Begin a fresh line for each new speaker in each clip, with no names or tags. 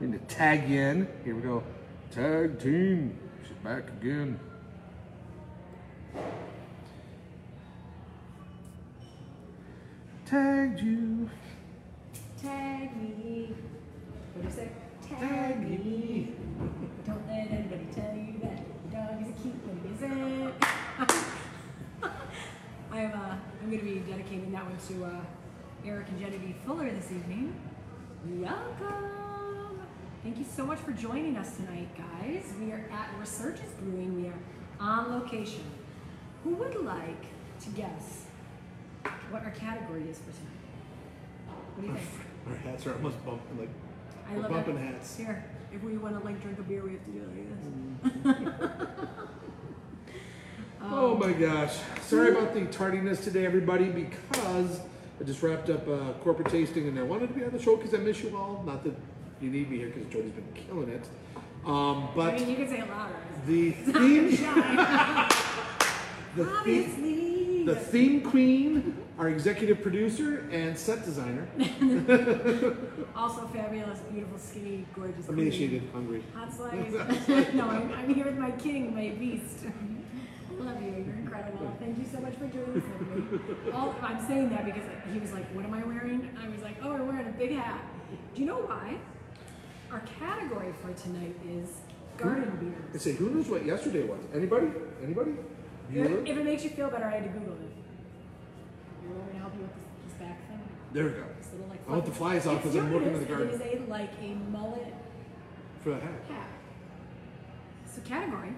We need to tag in. Here we go. Tag team. She's back again. Tagged you.
Tag me. What do you say? Tag me. Don't let anybody tell you that your dog is a cute one, is it? I'm, uh, I'm going to be dedicating that one to uh, Eric and Genevieve Fuller this evening. Welcome! Thank you so much for joining us tonight, guys. We are at Resurgence Brewing. We are on location. Who would like to guess what our category is for tonight? What do you think?
Our hats are almost bumping, like
I
we're
love
bumping
it.
hats.
Here, if we want to like drink a beer, we have to do it like this.
Oh my gosh! Sorry about the tardiness today, everybody, because I just wrapped up uh, corporate tasting and I wanted to be on the show because I miss you all. Not that you need me here because Jody's been killing it, um,
I
but
mean, you can say it louder.
the theme, the theme,
Obviously.
the theme queen, our executive producer and set designer,
also fabulous, beautiful, skinny, gorgeous.
emaciated, hungry.
Hot slice. no, I'm, I'm here with my king, my beast. I love you. You're incredible. Thank you so much for doing this with me. All, I'm saying that because he was like, "What am I wearing?" And I was like, "Oh, we're wearing a big hat." Do you know why? Our category for tonight is garden beer.
I say, who knows what yesterday was? Anybody? Anybody? Bueller?
If, if it makes you feel better, I had to Google it. You want me to help you with this, this back thing?
There we go.
This little like.
I want the flies off
It's
'cause I'm
not
looking
it
at the
is,
garden.
It is a like a mullet
For the hat.
hat. So category.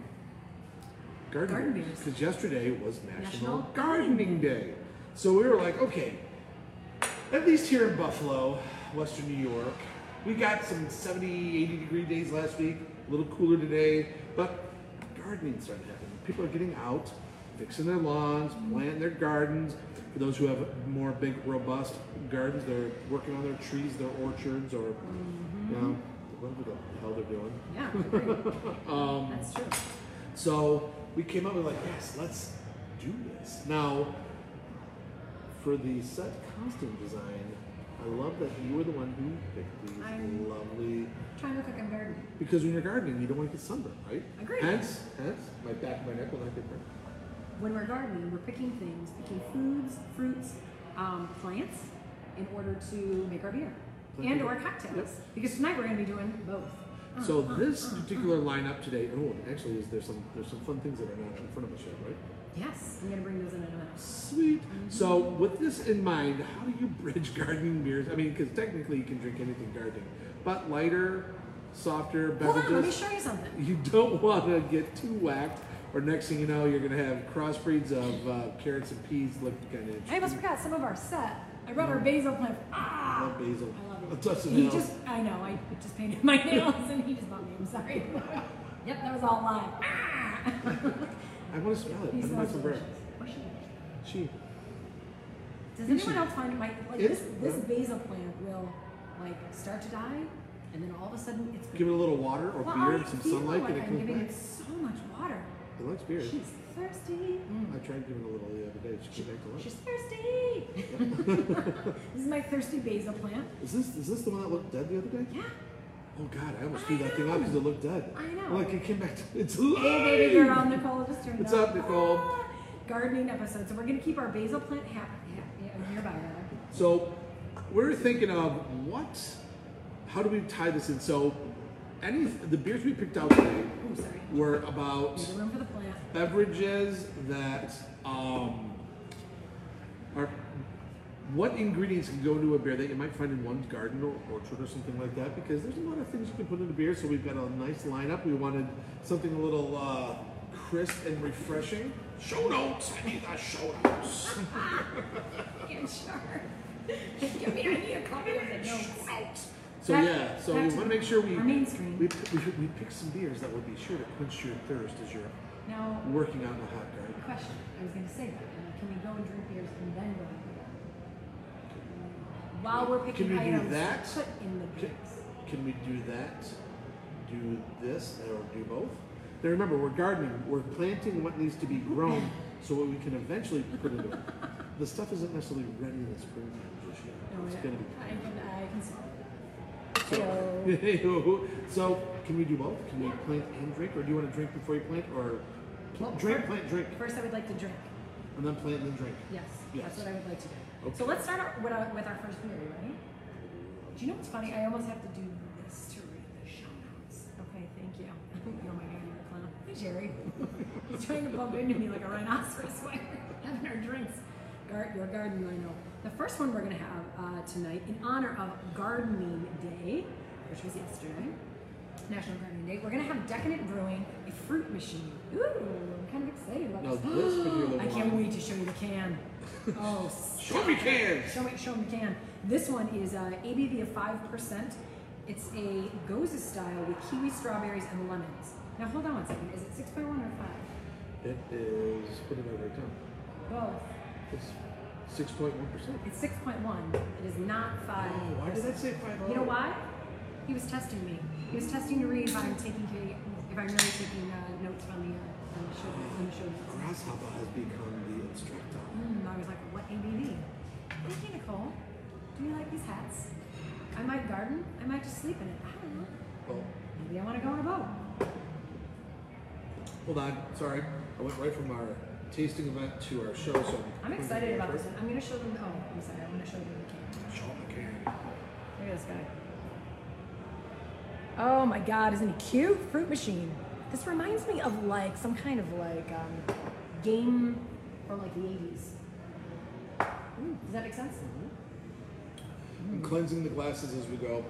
garden,
Garden
beers.
beers.
Because yesterday was National,
National
Gardening Day. So we were like, okay, at least here in Buffalo, Western New York, we got some 70, 80 degree days last week, a little cooler today, but gardening's starting to happen. People are getting out, fixing their lawns, planting their gardens. For those who have more big, robust gardens, they're working on their trees, their orchards, or, you know, whatever the hell they're doing. Um,
Yeah. I agree. That's true.
So we came up with like, yes, let's do this. Now, for the set costume design, I love that you were the one who picked these
I'm-
lovely.
Trying to look like I'm gardening.
Because when you're gardening, you don't want to get sunburned, right?
Agreed. Uh-huh.
Hence, hence, my back, and my neck will not get burned.
When we're gardening, we're picking things, picking foods, fruits, um, plants, in order to make our beer and or cocktails.
Yep.
Because tonight we're going to be doing both. Uh,
So
uh,
this
uh.
particular lineup today, oh, actually, is there's some there's some fun things that are not in front of us yet, right?
Yes, I'm going to bring those in in a minute.
Sweet. So, with this in mind, how do you bridge gardening beers? I mean, because technically you can drink anything gardening, but lighter, softer
Hold on, let me
beverages.
show you something.
you don't want to get too whacked, or next thing you know, you're going to have crossbreeds of uh, carrots and peas look kind of
I almost forgot some of our set. I brought our basil plant. Ah,
I love basil.
I love
A
it.
touch of
he
nails.
just, I know, I just painted my nails and he just bought me. I'm sorry. yep, that was all live. Ah.
I want to smell it.
He
Under my
smells
sombrero.
delicious. Or she does.
She.
Does
Is
anyone
she?
else find my like
It's-
this? This
yeah.
basil plant will like start to die, and then all of a sudden it's
Give it a little water or
Well,
beer
I
and some
feel
sunlight,
Like
and it
I'm
comes
giving
back.
it so much water.
It likes beer.
She's thirsty.
I tried giving it a little the other day. She came Mm.
She's
back to life.
thirsty. this is my thirsty basil plant.
Is this is this the one that looked dead the other day?
Yeah.
Oh God, I almost
I
threw that thing
know.
up because it looked dead.
I know.
Like it came back. To, it's alive.
Hey, baby girl, Nicole just turned
What's
up.
up, Nicole?
Ah, gardening episode. So we're gonna keep our basil plant ha- ha- yeah, nearby. rather.
So we're thinking of what? How do we tie this in? So any the beers we picked out today
Oh, sorry.
were about
There's room for the plant.
beverages that um, are what ingredients can go into a beer that you might find in one's garden or orchard or something like that because there's a lot of things you can put in a beer so we've got a nice lineup we wanted something a little uh, crisp and refreshing show notes i need the show notes
Yeah, sure. Give me, I need a copy of the notes.
so
Back-
yeah so
back
we want
to
to make sure we
our main screen.
we, we, we pick some beers that will be sure to quench your thirst as you're
Now,
working out in a hot garden
question. I was going to say that. uh, Can we go and drink beers and then go and do that? While we're picking
Can we do
items to
that?
put in the
Can,
beers.
can we do that? Do this or do both? Now remember, we're gardening. We're planting what needs to be grown so what we can eventually put into it. The stuff isn't necessarily ready in the springtime just yet.
No,
It's
I-
gonna be.
I can, I can support that. Ayo.
So, so can we do both? Can we plant and drink, or do you want to drink before you plant, or pl- drink, plant, drink,
First, I would like to drink.
and then plant and then drink?
Yes,
Yes.
that's what I would like to do.
Okay.
So let's start out with our, with our first theory, right? Do you know what's funny? I almost have to do this to read the show notes. Okay, thank you. oh my god, you're a clown. Hey, Jerry. He's trying to bump into me like a rhinoceros while we're having our drinks. Gar- your garden, I know. The first one we're going to have uh, tonight in honor of Gardening Day, which was yesterday. National Gardening Day. We're gonna have decadent brewing a fruit machine. Ooh, I'm kind of excited about
Now this particular
I can't
one-
wait to show you the can. Oh, s-
Show me cans.
show me, show me the can. This one is uh, ABV of five percent. It's a Goza style with kiwi, strawberries, and lemons. Now hold on one second. Is it six by one or five?
It is what did I write down?
Both.
It's six point one percent.
It's six point one. It is not
Oh,
five.
why did that say five?
You know why? He was testing me. He was testing to read if I'm taking care- if I'm really taking uh, notes from the uh, on the show on the show notes.
Grasshopper has become the instructor.
Mm, I was like, what ABV? Thank you, Nicole. Do you like these hats? I might garden. I might just sleep in it. I don't know.
Oh,
Maybe I want to go on a boat.
hold on. Sorry, I went right from our tasting event to our show. So
I'm excited about this one. I'm going to show them. Oh, I'm sorry. I'm going to show them the can.
Show me can.
Look at this guy. Oh my God, isn't he cute? Fruit machine. This reminds me of like some kind of like um, game from like the 80s. Ooh, does that make sense?
I'm cleansing the glasses as we go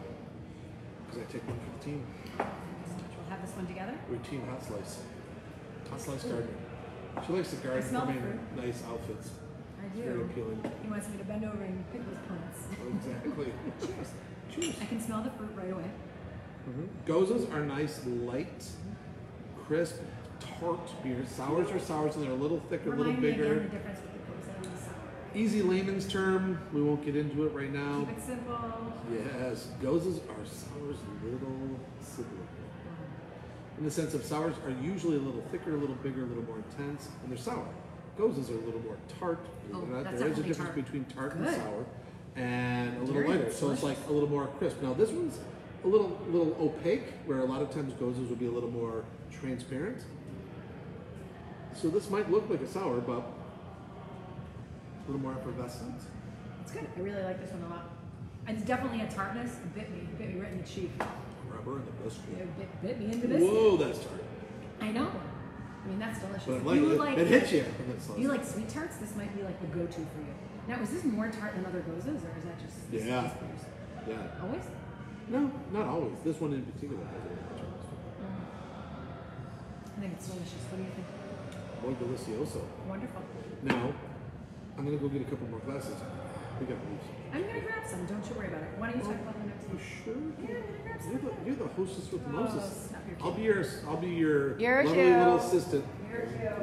because I take one for the team.
We'll have this one together.
We're team hot slice. Hot slice gardener. She likes to garden.
I smell the
mean, Nice outfits.
I
Very
do.
appealing.
He wants me to bend over and pick those plants.
Exactly.
Cheers. I can smell the fruit right away.
Gozas are nice, light, crisp, tart beers. Sours are sours, and they're a little thicker, a little
Remind me again
bigger.
the difference between the Coors Light and the sour.
Easy layman's term. We won't get into it right now.
Keep it simple.
Yes, gozas are sours, little sibling. In the sense of sours are usually a little thicker, a little bigger, a little more intense, and they're sour. Gozas are a little more tart. believe it
Oh,
or not.
that's
there is a
definitely
difference
tart.
between tart and
Good.
sour, and a little
Very
lighter. So it's like a little more crisp. Now this one's a little little opaque, where a lot of times gozas will be a little more transparent. So this might look like a sour, but a little more effervescent.
It's good. I really like this one a lot. It's definitely a tartness. It bit me. It bit me right in the cheek.
Rubber and the biscuit.
It bit, bit me into this.
Whoa, that's tart.
I know. I mean, that's delicious.
But I
If
like
you
it.
like
it hits you.
if you like sweet tarts? This might be like the go-to for you. Now, is this more tart than other gozos, or is that just this-
Yeah.
this beers?
Yeah.
Always.
No, not always. This one in particular. has a lot of charms.
Mm-hmm. I think it's delicious. What do you think?
Boy delicioso.
Wonderful.
Now, I'm gonna go get a couple more glasses. We gotta leave.
I'm gonna grab some. Don't you worry about it. Why don't you talk about the next
You
one?
sure?
Yeah, I'm gonna grab
You're
some.
the, you're the hostess with the
Oh,
mostest.
snap your
I'll be your I'll be your
You're
lovely
cute.
little assistant.
You're cute.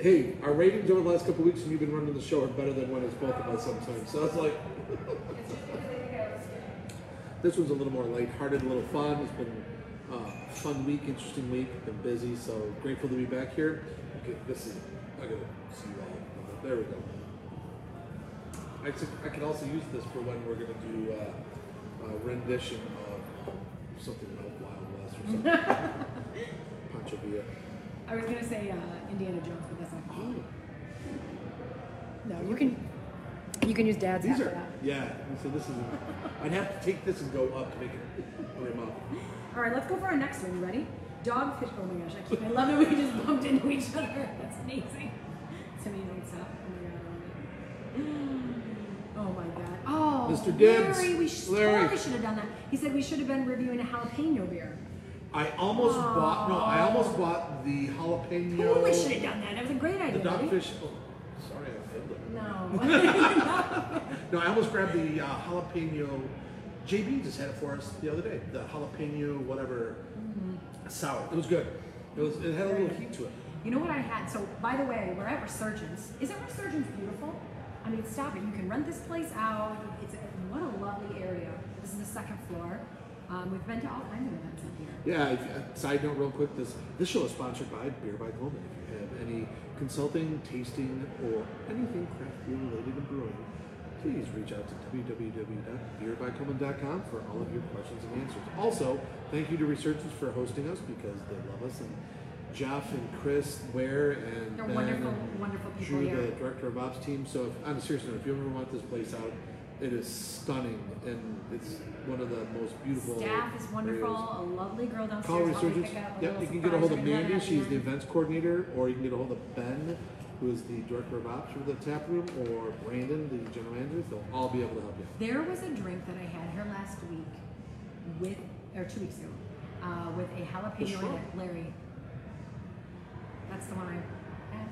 Hey, our ratings over the last couple weeks when you've been running the show are better than when it's both of us sometimes. So it's like this one's a little more lighthearted, a little fun. It's been uh, a fun week, interesting week. Been busy, so grateful to be back here. Okay, this is I gotta see you all. There we go. I, took, I could also use this for when we're gonna do uh, a rendition of um, something like Wild West or something. Pancho Villa.
I was gonna say uh, Indiana Jones, but that's not.
Oh,
No, you can. You can use Dad's
these
after
are
that.
yeah. So this is I'd have to take this and go up to make it put him up.
All right, let's go for our next one. You ready? Dog fish. Oh my gosh, I, keep, I love it. We just bumped into each other. That's amazing. Timmy, don't stop. Oh my god, I love it. Oh my god. Oh,
Mr. Gibbs.
Larry, we sh-
Larry.
totally should have done that. He said we should have been reviewing a jalapeno beer.
I almost bought no. I almost bought the jalapeno.
Totally should have done that. That was a great
The
idea. Larry.
dogfish. Oh, sorry, I failed it.
No.
No, I almost grabbed the uh, jalapeno. JB just had it for us the other day. The jalapeno whatever
Mm-hmm.
sour. It was good. It was. It had a little heat to it.
you know what I had? So, by the way, we're at Resurgence. Isn't Resurgence beautiful? I mean, stop it. You can rent this place out. It's what a lovely area. This is the second floor. Um, we've been to all kinds of events up here.
Yeah. if- uh, Side note, real quick. This this show is sponsored by Beer by Coleman. If you have any consulting, tasting, or anything craft beer related to brewing, please reach out to www.beerbycoleman.com for all of your questions and answers. Also, thank you to researchers for hosting us because they love us. And Jeff and Chris Ware and
They're
Ben
wonderful,
and
wonderful people.
Drew, the
Yeah.
director of ops team. So, if, on a serious note, if you ever want this place out, it is stunning and it's one of the most beautiful.
Staff is wonderful.
areas.
A lovely girl downstairs.
Call
helped me
resurgence.
pick up a
Yep,
little
you can get a hold of
surprise we had
Mandy.
at
She's the
end.
events coordinator, or you can get a hold of Ben, who is the director of ops for the tap room, or Brandon, the general manager. They'll all be able to help you.
There was a drink that I had here last week with, or two weeks ago, uh, with a jalapeno in
Schwab?
it, Larry. That's the one I had.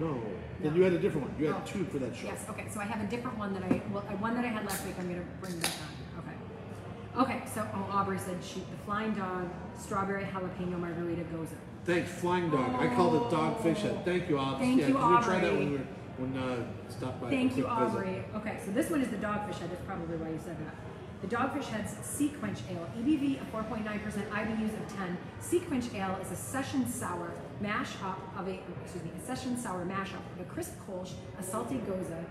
No, then
No.
you had a different one. You had
Oh.
two for that show.
Yes, okay, so I have a different one that I, well, uh, one that I had last week, I'm gonna bring back on, okay. Okay, so, oh, Aubrey said she, the Flying Dog Strawberry Jalapeno Margarita goes in.
Thanks, Flying Dog. I called it Dog Fish Head. Thank you, Ops.
Thank
yeah,
you,
can we try that
Aubrey.
when we were, when uh, stopped by? for a
Thank
quick
you,
visit?
Aubrey. Okay, so this one is the Dogfish Head, that's probably why you said that. The Dogfish Head's Sea Quench Ale, E EBV of 4.9%, IBUs of 10. Sea Quench Ale is a session sour mash up of a, excuse me, a session sour mash up of a crisp Kolsch, a salty goza,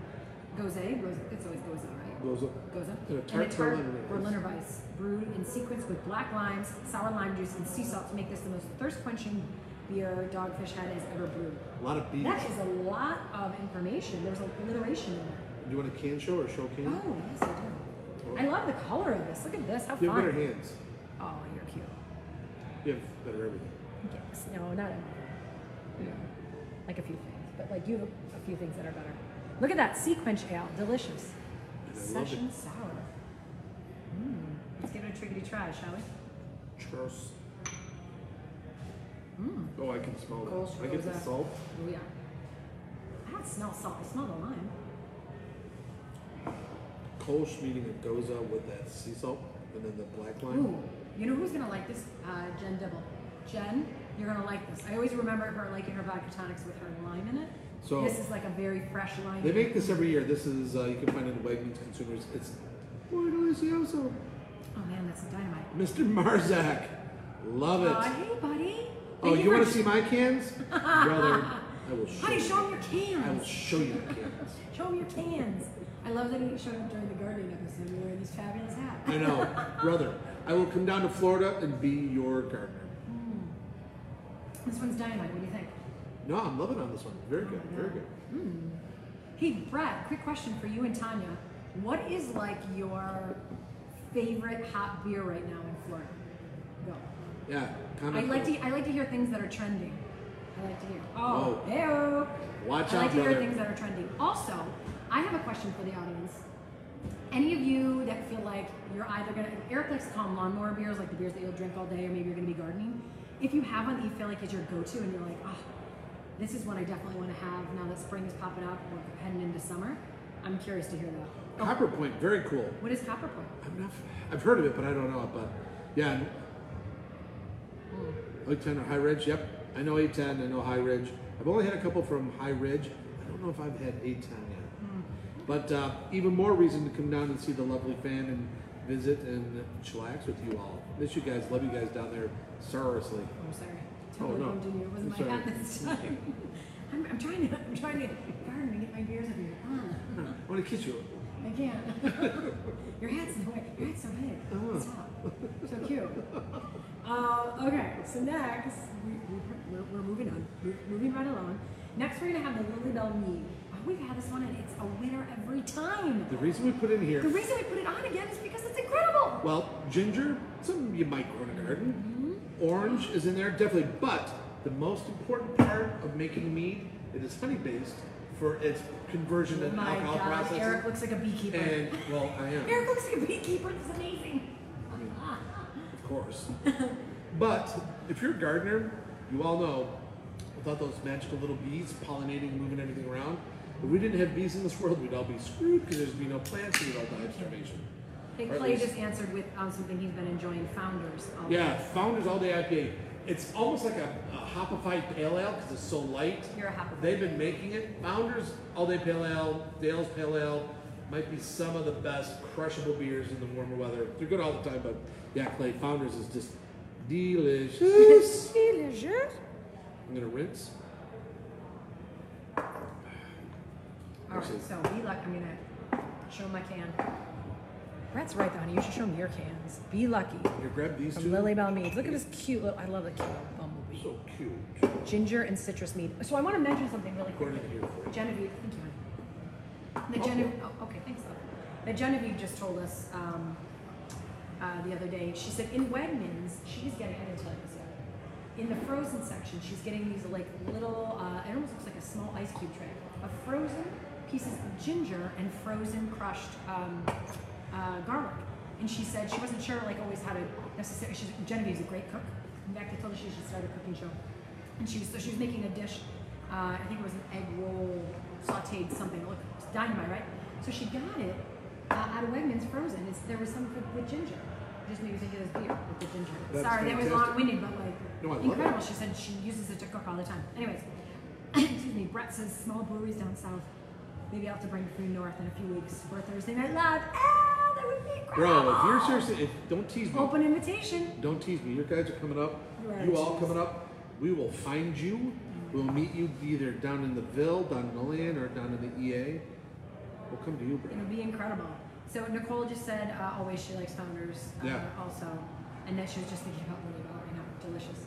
goza, goza, it's always goza, right?
Goes up.
Goza.
And a
and
tart
a tart
Berliner Weiss.
Berliner Weiss, brewed in sequence with black limes, sour lime juice, and sea salt to make this the most thirst quenching beer Dogfish Head has ever brewed.
A lot of beef.
That is a lot of information. There's alliteration in there.
Do you want a can show or a show can?
Oh, yes, I do. I love the color of this. Look at this. How
You have better
fun.
hands.
Oh, you're cute.
You have better everything.
Yes. No, not a, you know, like a few things, but like you have a few things that are better. Look at that sea quench ale. Delicious.
And I love
Session sour. Mm. Let's give it a triggity try, shall we?
Churros.
Hmm.
Oh, I can smell
Gold
that. I get the
Rosa.
salt.
Oh, yeah. I don't smell salt. I smell the lime.
Kolsch meaning a goza with that sea salt and then the black lime.
Ooh, you know who's gonna like this? Uh, Jen Dibble. Jen, you're gonna like this. I always remember her liking her vodka tonics with her lime in it.
So-
this is like a very fresh lime.
They make this every year. This is, uh, you can find it in Wegmans Consumers. It's muy delicioso.
Oh man, that's dynamite.
Mr. Marzak. Love it.
Aw, hey, buddy.
oh,
Thank
you want
for-
to see my cans? Brother, I will show
Honey,
you.
show him your
I will
cans.
show you the cans.
Show him your cans. I love that he showed up during the gardening episode. You're wearing this fabulous hat.
I know. Brother, I will come down to Florida and be your gardener.
This one's dynamite. What do you think?
No, I'm loving on this one. Very good. Very good.
Hey, Brett, quick question for you and Tanya. What is like your favorite hot beer right now in Florida? Go.
Yeah.
I
comment
like
below.
to I like to hear things that are trending. I like to hear. Oh,
Whoa.
ew.
Watch
I like
out,
to hear
brother.
things that are trending. Also, I have a question for the audience. Any of you that feel like you're either gonna Eric likes to call them lawnmower beers, like the beers that you'll drink all day, or maybe you're gonna be gardening. If you have one that you feel like is your go-to, and you're like, oh, this is one I definitely want to have now that spring is popping up, we're heading into summer. I'm curious to hear that. Oh,
Copper Point, very cool.
what is Copper Point?
I'm not, I've heard of it, but I don't know it. But yeah, and-
Hmm.
810 or High Ridge. Yep, I know 810. I know High Ridge. I've only had a couple from High Ridge. I don't know if I've had 810 yet.
Hmm.
But uh, even more reason to come down and see the lovely fan and visit and chillax with you all. Miss you guys. Love you guys down there seriously.
I'm sorry.
Oh,
Totally
no.
bumped into you. It wasn't
It's
my
all right.
hat this time. I'm, I'm trying to, I'm trying to garden and get my beers over here. Ah,
I want to kiss you.
I can't. Your hat's in the way. Your hat's so
Oh.
big. Stop. So cute. Uh, okay, so next, we, we, we're, we're moving on. We're moving right along. Next, we're going to have the Lily Bell Mead. Oh, we've had this one, and it's a winner every time.
The reason we put in
The
here,
reason we put it on again is because it's incredible.
well, ginger, some you might grow in a garden.
Mm-hmm.
Orange is in there, definitely. But the most important part of making mead, it is honey based for its conversion and
Oh my
alcohol
God,
processing.
Eric looks like a beekeeper.
And well, I am,
Eric looks like a beekeeper. This is amazing.
of course. but if you're a gardener, you all know without those magical little bees pollinating, moving everything around. If we didn't have bees in this world, we'd all be screwed because there'd be no plants and we'd all die of starvation.
Hey,
Or at
Clay
least-
just answered with um, something he's been enjoying, Founders. Um, Of
Yeah, Founders All Day IPA. It's almost like a, a hopified pale ale because it's so light.
You're a hopified.
They've been making it. Founders All Day Pale Ale, Dale's Pale Ale, might be some of the best crushable beers in the warmer weather. They're good all the time, but yeah, Clay Founders is just delicious.
Delicious.
I'm gonna rinse.
All right, so we like, I'm gonna Show 'em my can. Brett's right, though, honey. You should show him your cans. Be lucky.
Here, grab these two.
From Lily Bell Meads. Look at this cute little. I love the cute little bumblebee.
So cute.
ginger and citrus mead. So I want to mention something really quick.
According to here for you.
Genevieve, thank you. honey. The Genevieve, oh, okay, thanks, love. The Genevieve just told us um, uh, the other day. She said in Wegmans, she's getting. I didn't tell you this yet. In the frozen section, she's getting these like little. Uh, it almost looks like a small ice cube tray of frozen pieces of ginger and frozen crushed um, uh, garlic. And she said she wasn't sure like always how to necessarily. She's, Genevieve's a great cook. In fact, I told her she should start a cooking show. And she was so she was making a dish. Uh, I think it was an egg roll, sautéed something. It looked dynamite, right? So she got it uh, out of Wegmans frozen. It's, there was some with- with ginger. Just made me think of this beer with the ginger.
That's
Sorry, that was
fantastic.
long-winded, but like
No, I love it.
incredible. She said she uses it to cook all the time. Anyways, excuse me. Brett says small breweries down south. Maybe I'll have to bring food north in a few weeks for Thursday Night Live. Ah, that would be incredible.
Bro, if you're seriously, if, don't tease me.
open invitation.
Don't tease me. Your guys are coming up.
Right.
You all coming up. We will find you. We'll meet you either down in the Ville, down in the land, or down in the EA. We'll come to you, bro.
It'll be incredible. So Nicole just said uh, always she likes founders uh,
Yeah.
also, and that she was just thinking about Lily Bell right now. Delicious.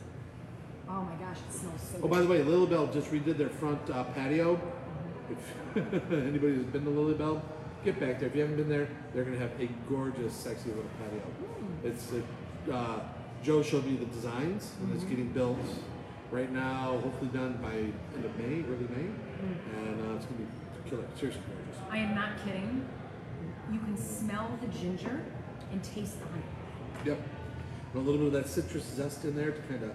Oh my gosh, it smells so.
Oh, by the
good.
way, Lilybell just redid their front uh, patio. If anybody who's been to Lilybell, get back there. If you haven't been there, they're gonna have a gorgeous, sexy little patio. It's uh, uh, Joe showed me the designs, and it's getting built right now. Hopefully done by end of May, early May, and uh, it's gonna be killer. Seriously gorgeous.
I am not kidding. You can smell the ginger and taste the honey.
Yep. And a little bit of that citrus zest in there to kind of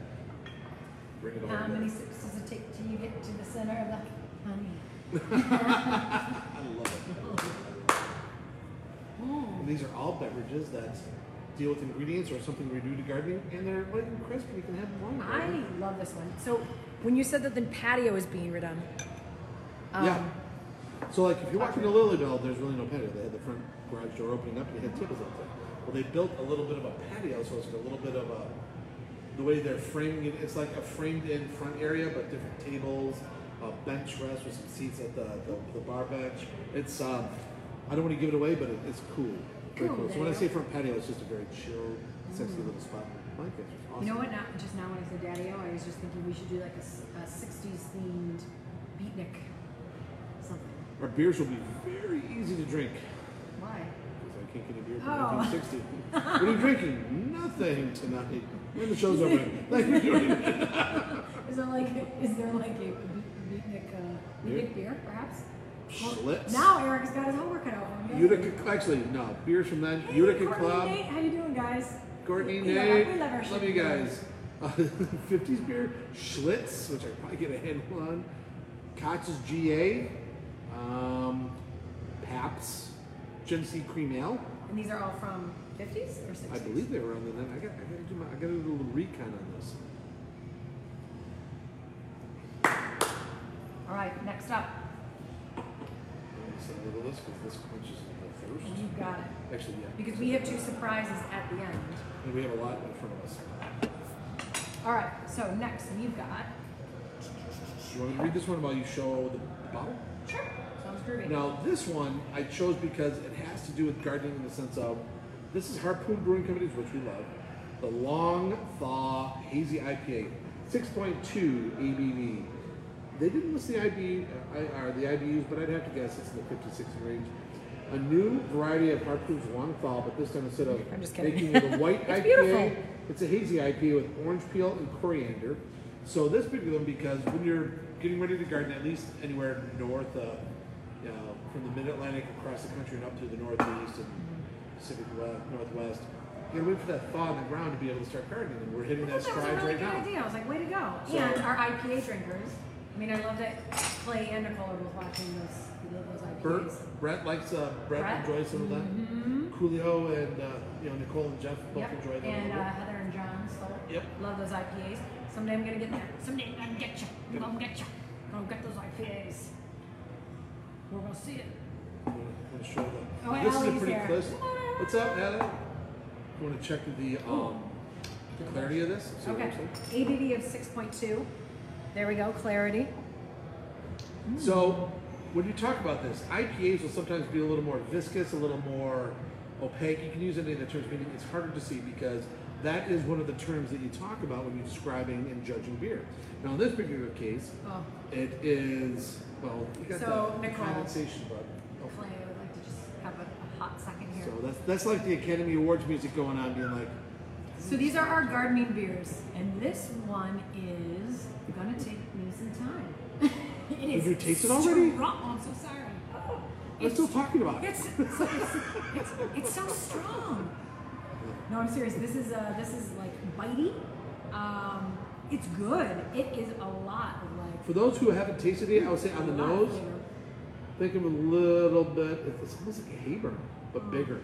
bring it all
How many
together.
sips does it take till you get to the center of the honey?
I love it.
Oh,
And these are all beverages that deal with ingredients or something we do to gardening, and they're light and crisp, and you can have them warm.
I love this one. So when you said that the patio is being redone, um,
yeah. So like, if you walk into Lilybell, there's really no patio. They had the front garage door opening up, and they had tables out there. Well, they built a little bit of a patio, so it's a little bit of a the way they're framing it. It's like a framed-in front area, but different tables, a bench rest with some seats at the the, the bar bench. It's um, I don't want to give it away, but it, it's cool. Very
Cool,
cool. So
there
when I
you
say
go. Mm.
front patio, it's just a very chill, sexy little spot. I like it. It's awesome.
You know what? Now, just now when I said daddy I was just thinking we should do like a, s- a 60s themed beatnik something.
Our beers will be very easy to drink.
Why?
'Cause I can't get a beer from
Oh.
1960. what are you drinking? Nothing tonight. When the show's over. Thank you. for joining us.
Is there like is there like a beat- beatnik uh, beatnik beer perhaps?
Schlitz.
now Eric's got his homework cut out for him.
Utica, actually, no. Beers from that. Utica
Courtney,
Club.
Nate, how you doing, guys?
Courtney,
We love-
Nate.
we love our
love you
shit.
guys. Uh, 50s beer. Schlitz, which I could probably get a handle on. Kotz's GA. Um, Paps. Genesee Cream Ale.
And these are all from 50s or 60s?
I believe they were on the net. I got, I got to do my, I got to do a little recon on this.
All right, next up,
I'm gonna send it to this because this quenches the thirst.
you got it.
Actually, yeah.
Because we have two surprises at the end.
And we have a lot in front of us.
All right, so next we've got.
You want me to read this one while you show the bottle?
Sure. Sounds groovy.
Now, this one I chose because it has to do with gardening in the sense of this is Harpoon Brewing Company's, which we love. The Long Thaw Hazy IPA, 6.2 ABV. They didn't list the IB uh, I- or the IBUs, but I'd have to guess it's in the 56 range. A new variety of Harpoon's Long Thaw, but this time instead of
I'm just kidding.
making it a white
It's
IPA,
beautiful.
it's a hazy IPA with orange peel and coriander. So this particular one, because when you're getting ready to garden, at least anywhere north of, you know, from the Mid-Atlantic across the country and up through the Northeast and Pacific West, Northwest, you gotta wait for that thaw in the ground to be able to start gardening. And we're hitting
I
that
thought that was a
stride
really
right
good
now.
idea. I was like, way to go.
So-
and our IPA drinkers. I mean, I love that Clay and Nicole are both watching those, those IPAs.
Bert, Brett likes uh, Brett,
Brett? Mm-hmm.
enjoys some of that. Coolio and uh, you know Nicole and Jeff both
Yep.
enjoy that. a
And
little
uh,
bit.
Heather and John Stoll.
Yep.
Love those IPAs. Someday I'm gonna get there. Someday I'm gonna get you. I'm gonna get you. I'm gonna get those IPAs. We're gonna see it.
I'm gonna show them.
Oh, and
this is a
Ellie's
pretty
there.
close. What's up, Ella? You want to check the um, the clarity of this? See what
Okay.
it looks
ABV of 6.2. There we go. Clarity.
like? So when you talk about this, IPAs will sometimes be a little more viscous, a little more opaque. You can use any of the terms, meaning it's harder to see because that is one of the terms that you talk about when you're describing and judging beer. Now, in this particular case,
Oh,
it is well, you got
So,
the
Nicole.
condensation button. Oh,
Clay, I would like to just have a, a hot second here.
So that's that's like the Academy Awards music going on, being like,
so these are our gardening beers, and this one is gonna take me some time. it is.
Have you tasted already?
Strong. Oh, I'm so sorry. Oh,
we're
it's,
still talking about it.
it's, it's, it's, it's so strong. No, I'm serious. This is uh, this is like bitey. Um, it's good. It is a lot of like.
For those who haven't tasted it, I would say on the
a lot of
nose,
flavor.
think of a little bit. It's almost like a Haber, but bigger.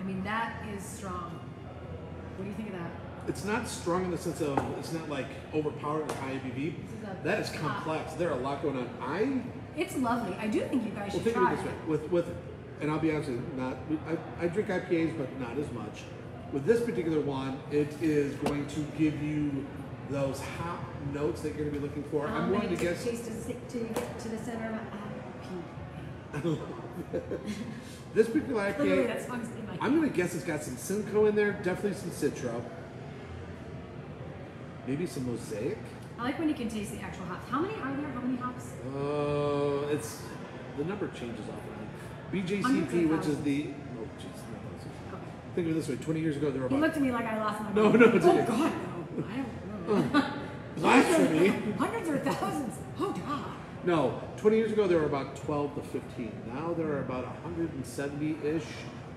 I mean, that is strong. What do you think of that?
It's not strong in the sense of it's not like overpowering or high ABV.
This is a-
That is complex. There are a lot going on. I
It's lovely. I do think you guys
Well,
should
think of
try
it this way: with with, and I'll be honest, with you, not I, I drink IPAs, but not as much. With this particular one, it is going to give you those hop notes that you're going to be looking for.
Um,
How
I'm
many
willing to
did you
guess.
taste to, to get to the center of my eye?
This particular
Literally,
IPA,
that song's in my
I'm going to guess it's got some Simcoe in there, definitely some Citro, maybe some Mosaic.
I like when you can taste the actual hops. How many are there? How many hops?
Uh, it's the number changes often. BJCP, which is the oh, jeez, no, that's-
Okay.
think of it this way: 20 years ago, there were
He
about
looked at me like I lost my
No,
mind.
no, it's
Oh,
okay. Oh,
God, no. I don't know.
Blasphemy.
Hundreds or thousands. Oh, God.
No, 20 years ago there were about 12 to 15. Now there are about 170-ish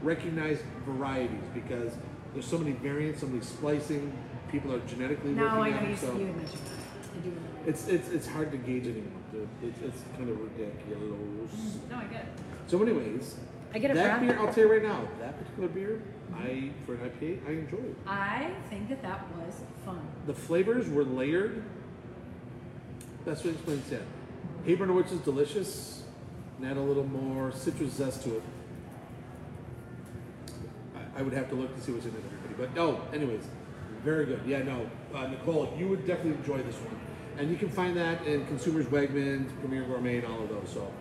recognized varieties because there's so many variants, so many splicing. People are genetically
No, I
working
know
on
you,
it, so
you had mentioned that. I do remember.
it's it's it's hard to gauge anymore. dude. It's, it's kind of ridiculous.
No, I get it.
So, anyways,
I get a
that
breath.
beer. I'll tell you right now, that particular beer, I for an IPA, I enjoyed.
I think that that was fun.
The flavors were layered. That's what explains that. Hebron Witch is delicious. And add a little more citrus zest to it. I, I would have to look to see what's in it, everybody. But oh, anyways, very good. Yeah, no, uh, Nicole, you would definitely enjoy this one, and you can find that in Consumers Wegmans, Premier Gourmet, and all of those. So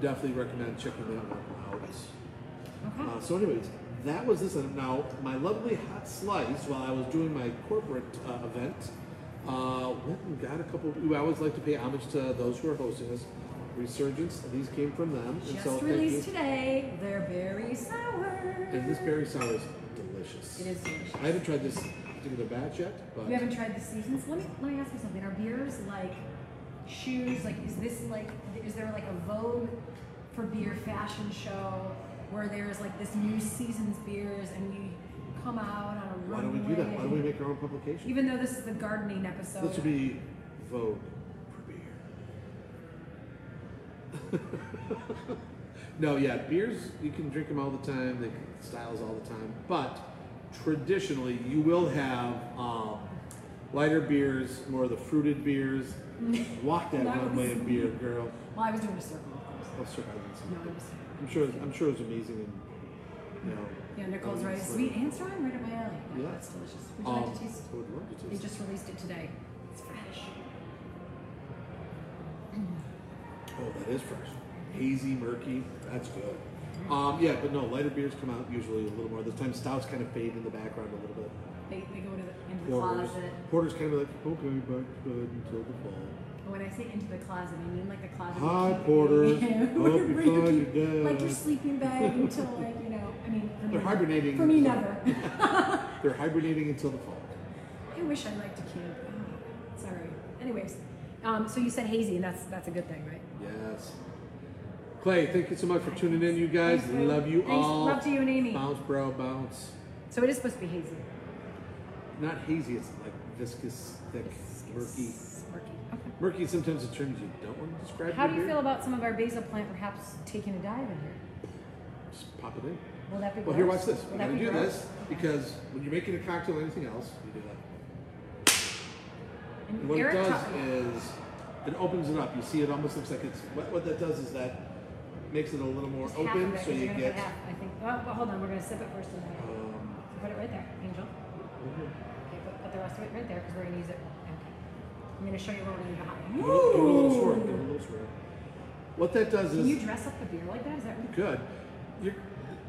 definitely recommend checking that one out.
Okay.
Uh, so, anyways, that was this. And now, my lovely hot slice while I was doing my corporate uh, event uh, went and got a couple. We always like to pay homage to those who are hosting us. Resurgence, these came from them. and so,
Just
thank you.
released today. They're very sour.
And this berry sour is delicious.
It is delicious.
I haven't tried this particular batch yet, but
You haven't tried the seasons. Let me let me ask you something. Are beers like shoes? Like, is this like is there like a vogue for beer fashion show where there's like this new seasons beers and we come out on a
why
runway?
don't we do that? Why don't we make our own publication?
Even though this is the gardening episode,
this would be Vogue for beer. no, yeah, beers you can drink them all the time. They can styles all the time, but traditionally you will have um, lighter beers, more of the fruited beers. Walk that
That
runway
was-
of beer, girl.
well, I was doing a circle, of course.
I'll survive this.
No, I'm just
I'm sure. I'm sure it was amazing. And, you know,
yeah. Nicole's
um,
right.
so-
Sweet and strong, right up my alley. Yeah,
Yeah.
that's delicious. Would you
Um,
like to taste?
I would love to taste
They
it.
just released it today. It's fresh.
Oh, that is fresh. Hazy, murky. That's good. Um, yeah, but no, lighter beers come out usually a little more. This time, stouts kind of fade in the background a little bit.
They, they go to the, into the
Porters,
closet.
porters kind of like okay, back to bed until the fall.
When I say into the closet, I mean like the closet.
Hi,
you keep-
Porters.
where-
Hope you
where you
find
keep,
your dad.
Like your sleeping bag until like you know. I mean, for me,
They're hibernating.
For me, never.
They're hibernating until the fall.
I wish I liked a camp. Oh, sorry. Anyways, um, so you said hazy, and that's that's a good thing, right?
Yes. Clay, thank you so much for tuning in, you guys.
Thanks, Lou.
Love you
Thanks.
all.
Love to you and Amy.
Bounce, bro, bounce.
So it is supposed to be hazy.
Not hazy. It's like viscous, thick, murky.
Murky. Okay.
Murky. is Sometimes the terms you don't want to describe.
How
your
do you
beer.
feel about some of our basil plant perhaps taking a dive in here?
Just pop it in.
Will that be?
Well, here, watch
gross?
this.
Will
We're
that
gonna
be
do
gross?
this
Okay.
because when you're making a cocktail or anything else, you do that.
And
And what
Eric
it does
taught me-
is it opens it up. You see, it almost looks like it's. What, what that does is that makes it a little more
Just half of
open,
it, 'cause
so you
you're gonna put
get.
half, I think. Oh, Well, well, hold on. We're gonna sip it first. And then
Um,
so put it right there, Angel. Okay, put, put the rest of it right there because we're gonna use it. Okay. I'm gonna show you what we're gonna do.
give it a little- give it a little swirl. Give it a little swirl. What that does
Can
is
you dress up the beer like that? Is that
you could. You're,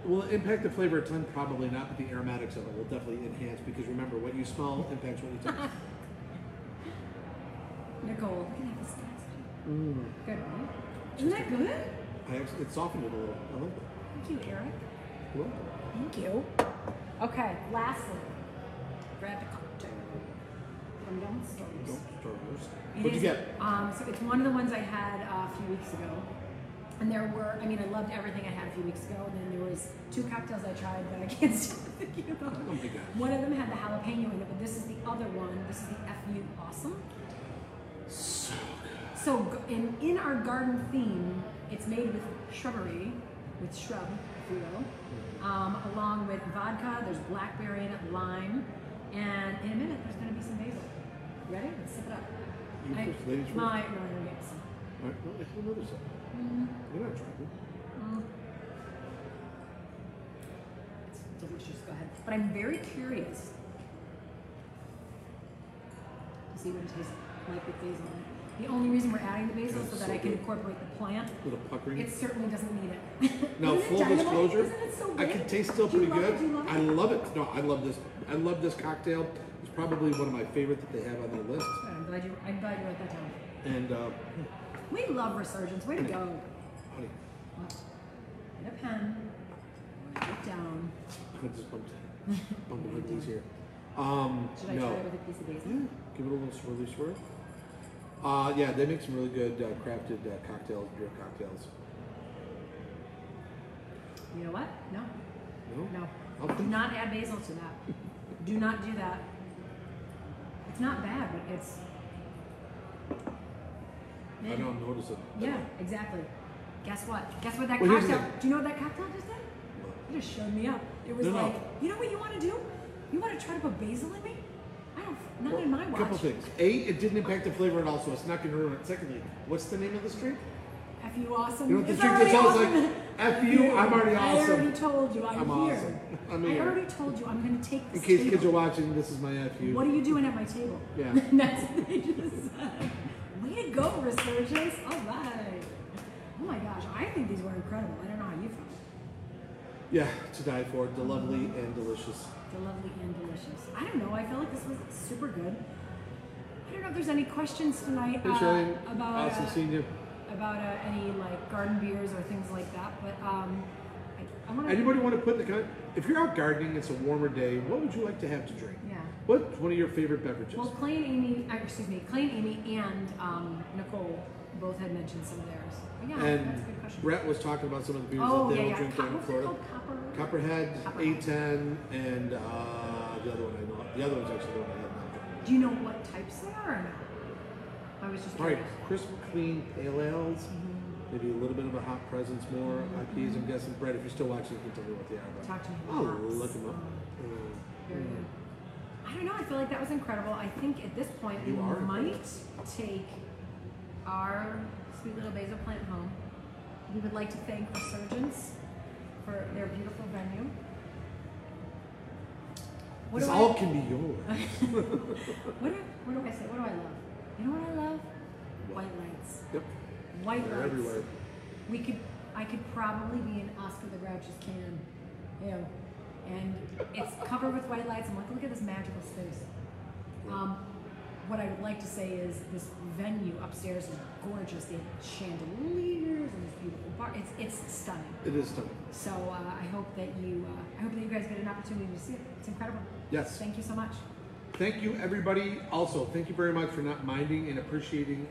will it impact the flavor a ton? Probably not, but the aromatics of it will definitely enhance because remember, what you smell impacts what you taste.
Nicole?
We can have a slice.
Good, right? Isn't that good?
Mm. I actually, it softened it a little. I like it.
Thank you, Eric.
I like it.
Thank you. Okay, lastly, grab the cocktail from downstairs.
Don't start roasting.
It
What'd you
is-
get?
Um, so it's one of the ones I had uh, a few weeks ago. And there were, I mean, I loved everything I had a few weeks ago. And then there was two cocktails I tried that I can't stop thinking about.
Oh my God.
One of them had the jalapeno in it, but this is the other one. This is the FU Awesome.
So good.
So g- in, in our garden theme, it's made with shrubbery, with shrub, if you
Mm-hmm.
will, um, along with vodka. There's blackberry in it, lime, and in a minute there's going to be some basil. Ready? Let's sip it up.
You
I-
first, ladies first.
my, no, no, no, yes.
All right, well, if you notice it. You're not driving.
It's delicious. Go ahead. But I'm very curious to see what it tastes like with basil. in it. The only reason we're adding the basil is so
That's
that
so
I can
good.
incorporate the plant.
Little puckering.
It certainly doesn't need it.
Now,
Isn't it
full
dynamite?
disclosure,
Isn't it so
I
good?
can taste still
Do you
pretty
love
good.
it? Do you love
I
it?
love it. No, I love this. I love this cocktail. It's probably one of my favorite that they have on their list.
Good, I'm glad you. I'm glad you wrote that down.
And uh,
We love resurgence. Way to go.
honey,
What? Get a pen. Write it down.
I just bumped, bumped my knees here. Um,
Should I
no. Mm.
try it with a piece of basil?
Yeah, give it a little swirly swirl. Uh, yeah, they make some really good uh, crafted uh, cocktails, beer cocktails.
You know what? No.
No,
No.
I'll
Do
think-
not add basil to that. Do not do that. It's not bad, but it's.
I don't notice it.
Yeah, exactly. Guess what? Guess what that
Well, here's the
cocktail.
thing.
Do you know what that cocktail just did? You just showed me up. It was
No, no.
like, you know what you want to do? You want to try to put basil in me? I don't. Not in my watch.
Couple things. A, it didn't impact the flavor at all, so it's not going to ruin it. Secondly, what's the name of this drink?
F you awesome.
You know what the
It's
drink
already
is always
awesome.
like, F you, I'm already
I already
awesome.
told you. I'm,
I'm
here.
awesome. I'm
I
here.
already told you. I'm going to take
In
this
case
table.
kids are watching, this is my F you.
What are you doing at my table?
Yeah.
That's what they just said. Way to go, resurgence. All right. Oh my gosh, I think these were incredible. I don't know how you felt.
Yeah, to die for. The lovely and delicious.
They're lovely and delicious. I don't know. I feel like this was super good. I don't know if there's any questions tonight
Hey,
uh,
Charlene.
about
awesome
uh,
seeing you.
about uh, any like garden beers or things like that. But um, I, I want to.
Anybody want to put in the comment? If you're out gardening, it's a warmer day. What would you like to have to drink?
Yeah.
What's one of your favorite beverages?
Well, Clay and Amy, uh, excuse me, Clay and Amy and um, Nicole both had mentioned some of theirs. But yeah, that's a
and
good question.
Brett was talking about some of the beers
oh
that they
yeah,
all
yeah.
drink
Co-
down in
what's it
Florida.
called? Copper.
Copperhead,
Copperhead.
A10, and uh, the other one I know. The other one's actually the one I have not drank.
Do you know what types they are? Or no? I was just
All right,
curious.
crisp, clean pale ales. Maybe a little bit of a hot presence more. IPAs, I'm guessing. Brett, if you're still watching, you can tell me what they are.
Talk to me.
But I'll look them up. Hmm.
Very good. I don't know. I feel like that was incredible. I think at this point
You
we
are
might take our sweet little basil plant home. We would like to thank Resurgence for their beautiful venue. What
Uh, this
do
all
I,
can be yours.
what, do, what do I say? What do I love? You know what I love? White lights.
yep,
White
they're
lights.
everywhere.
We could, I could probably be an Oscar the Grouch's can, you know, and it's covered with white lights. I'm like, look at this magical space. Um, what I would like to say is this venue upstairs is gorgeous. They have chandeliers and this beautiful bar. It's it's stunning.
It is stunning.
So uh, I hope that you, uh, I hope that you guys get an opportunity to see it. It's incredible.
Yes.
Thank you so much.
Thank you, everybody. Also, thank you very much for not minding and appreciating,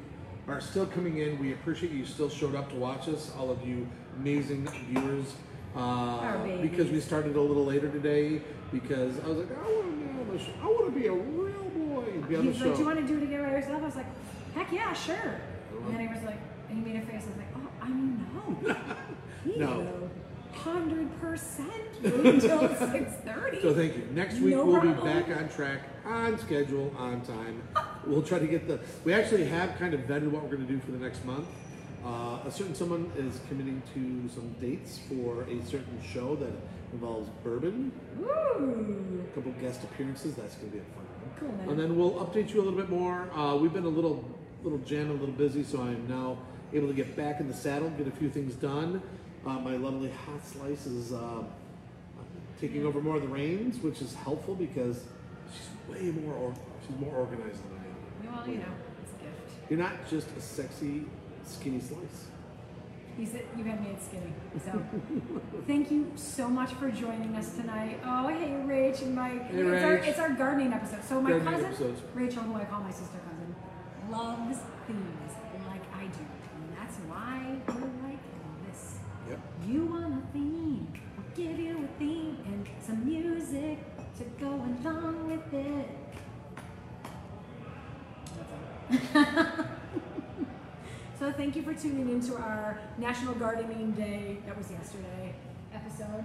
are still coming in. We appreciate you still showed up to watch us, all of you amazing viewers. Uh,
babies.
because we started a little later today, because I was like, I want to be on the show. I want to be a real boy and be on the
He's
show.
like, do you want to do it again by yourself? I was like, heck yeah, sure. And then he was like, and he made a face. I was like, oh, I mean, no. You
No.
know, 100% until
So
6.30.
thank you. Next week
No
we'll be
problem.
back on track, on schedule, on time. We'll try to get the. We actually have kind of vetted what we're going to do for the next month. Uh, a certain someone is committing to some dates for a certain show that involves bourbon,
Ooh.
a couple guest appearances. That's going to be a fun one.
Cool, man.
And then we'll update you a little bit more. Uh, we've been a little little jam, a little busy, so I am now able to get back in the saddle, get a few things done. Uh, my lovely hot slice is uh, taking over more of the reins, which is helpful because she's way more or- she's more organized than I am.
Well, you know, it's a gift.
You're not just a sexy skinny slice.
You said you had me at skinny. So thank you so much for joining us tonight. Oh, hey Rach and Mike.
Hey,
it's, Our,
Rach.
it's our gardening episode. So my
Gardening
cousin
episodes.
Rachel, who I call my sister cousin, loves things like I do. And that's why we're like this.
Yep.
You want a theme, we'll give you a theme and some music to go along with it. So thank you for tuning into our National Gardening Day. That was yesterday episode,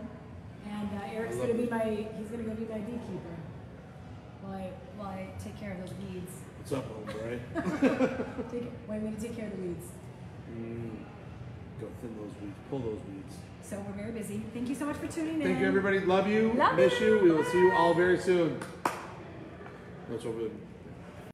and uh, Eric's
I love
gonna be
it.
my he's gonna go be my beekeeper.
While I, while I take care of those weeds.
What's up, hombre?
Take, wait, we need to take care of the weeds.
Mm. Go thin those weeds. Pull those weeds.
So we're very busy. Thank you so much for tuning in.
Thank you, everybody. Love you.
Love
Miss you.
you.
We will see you all very soon. That's what we